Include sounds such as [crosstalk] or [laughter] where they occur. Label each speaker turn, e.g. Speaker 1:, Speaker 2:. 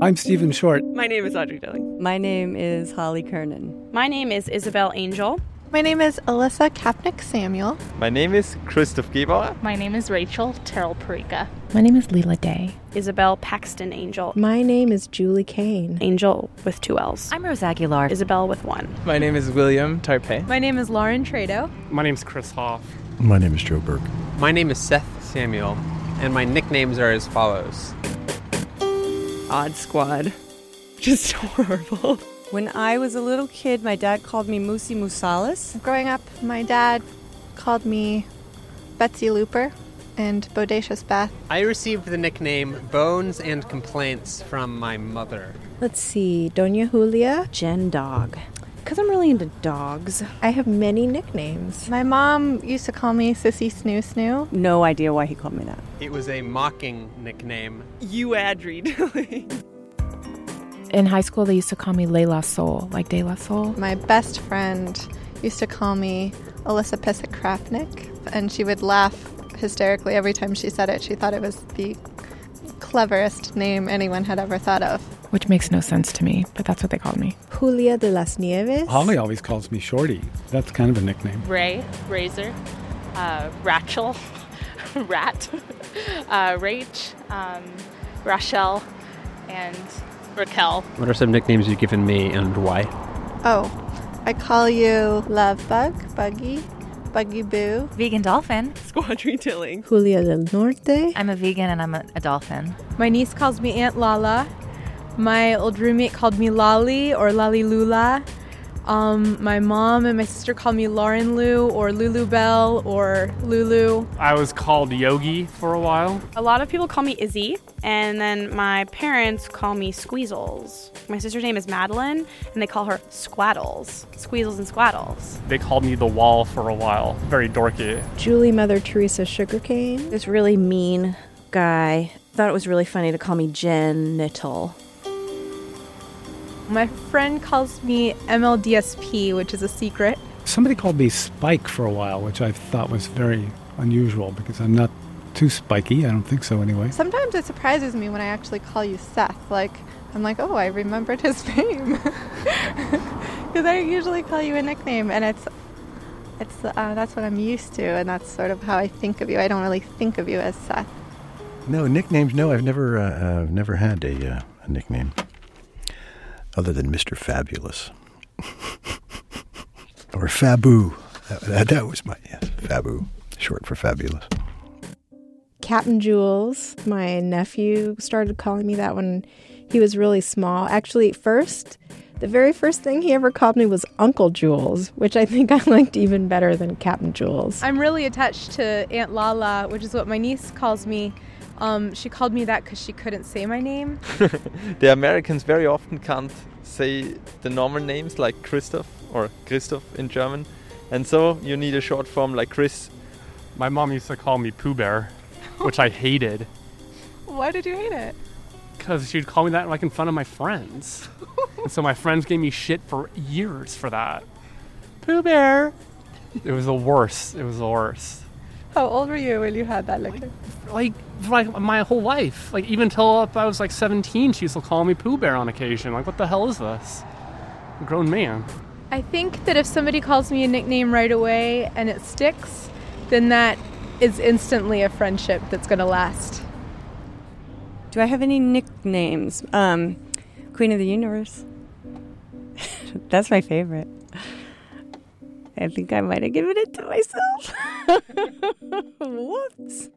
Speaker 1: I'm Stephen Short.
Speaker 2: My name is Audrey Dilling.
Speaker 3: My name is Holly Kernan.
Speaker 4: My name is Isabel Angel.
Speaker 5: My name is Alyssa Kapnick Samuel.
Speaker 6: My name is Christoph Gebauer.
Speaker 7: My name is Rachel Terrell Perica.
Speaker 8: My name is Leela Day.
Speaker 4: Isabel Paxton Angel.
Speaker 9: My name is Julie Kane.
Speaker 4: Angel with two L's.
Speaker 10: I'm Rose Aguilar.
Speaker 4: Isabel with one.
Speaker 11: My name is William Tarpe.
Speaker 12: My name is Lauren Trado.
Speaker 13: My name is Chris Hoff.
Speaker 14: My name is Joe Burke.
Speaker 15: My name is Seth Samuel, and my nicknames are as follows
Speaker 2: Odd Squad. [laughs] Just horrible.
Speaker 3: When I was a little kid, my dad called me Musi Musalis.
Speaker 5: Growing up, my dad called me Betsy Looper and Bodacious Beth.
Speaker 15: I received the nickname Bones and Complaints from my mother.
Speaker 9: Let's see, Doña Julia.
Speaker 10: Jen Dog. Because I'm really into dogs.
Speaker 9: I have many nicknames.
Speaker 5: My mom used to call me Sissy Snoo Snoo.
Speaker 3: No idea why he called me that.
Speaker 15: It was a mocking nickname.
Speaker 2: You Adri Dilling.
Speaker 8: In high school, they used to call me Layla Soul, like De La Soul.
Speaker 5: My best friend used to call me Alyssa Pisick Krafnick, and she would laugh hysterically every time she said it. She thought it was the cleverest name anyone had ever thought of.
Speaker 8: Which makes no sense to me, but that's what they called me.
Speaker 9: Julia de las Nieves.
Speaker 1: Holly always calls me Shorty. That's kind of a nickname.
Speaker 7: Ray, Razor, uh, Rachel, [laughs] Rat, [laughs] uh, Rach, um, Rachel, and Raquel.
Speaker 15: What are some nicknames you've given me and why?
Speaker 5: Oh, I call you Love Bug, Buggy, Buggy Boo,
Speaker 10: Vegan Dolphin,
Speaker 2: Squadry Tilling,
Speaker 9: Julia del Norte.
Speaker 10: I'm a vegan and I'm a, a dolphin.
Speaker 12: My niece calls me Aunt Lala. My old roommate called me Lali or Lali Lula. Um, my mom and my sister called me Lauren Lou or Lulu Bell or Lulu.
Speaker 13: I was called Yogi for a while.
Speaker 4: A lot of people call me Izzy, and then my parents call me Squeezles. My sister's name is Madeline, and they call her Squaddles. Squeezles and Squaddles.
Speaker 13: They called me The Wall for a while. Very dorky.
Speaker 9: Julie Mother Teresa Sugarcane.
Speaker 10: This really mean guy thought it was really funny to call me Genital.
Speaker 12: My friend calls me MLDSP, which is a secret.
Speaker 1: Somebody called me Spike for a while, which I thought was very unusual because I'm not too spiky. I don't think so, anyway.
Speaker 5: Sometimes it surprises me when I actually call you Seth. Like, I'm like, oh, I remembered his [laughs] name. Because I usually call you a nickname, and it's. It's, uh, that's what I'm used to, and that's sort of how I think of you. I don't really think of you as Seth.
Speaker 14: No nicknames. No, I've never, uh, I've never had a, uh, a nickname other than Mr. Fabulous [laughs] or Fabu. That, that, that, was my yes, Fabu, short for fabulous.
Speaker 9: Captain Jules, my nephew started calling me that when he was really small. Actually, first, the very first thing he ever called me was Uncle Jules, which I think I [laughs] liked even better than Captain Jules.
Speaker 12: I'm really attached to Aunt Lala, which is what my niece calls me. Um, she called me that because she couldn't say my name.
Speaker 16: the Americans very often can't say the normal names like Christoph or Christoph in German, and so you need a short form like Chris.
Speaker 13: My mom used to call me Pooh Bear, which I hated.
Speaker 5: Why did you hate it?
Speaker 13: Because she'd call me that like in front of my friends. and so my friends gave me shit for years for that. Pooh Bear! It was the worst. It was the worst.
Speaker 5: How old were you when you had that nickname?
Speaker 13: Like, like, my whole life. Like even till up I was like 17, she used to call me Pooh Bear on occasion. Like, what the hell is this? A grown man.
Speaker 12: I think that if somebody calls me a nickname right away and it sticks, then that is instantly a friendship that's going to last.
Speaker 3: Do I have any nicknames? Um, Queen of the Universe. [laughs] that's my favorite. I think I might have given it to myself. [laughs] Whoops.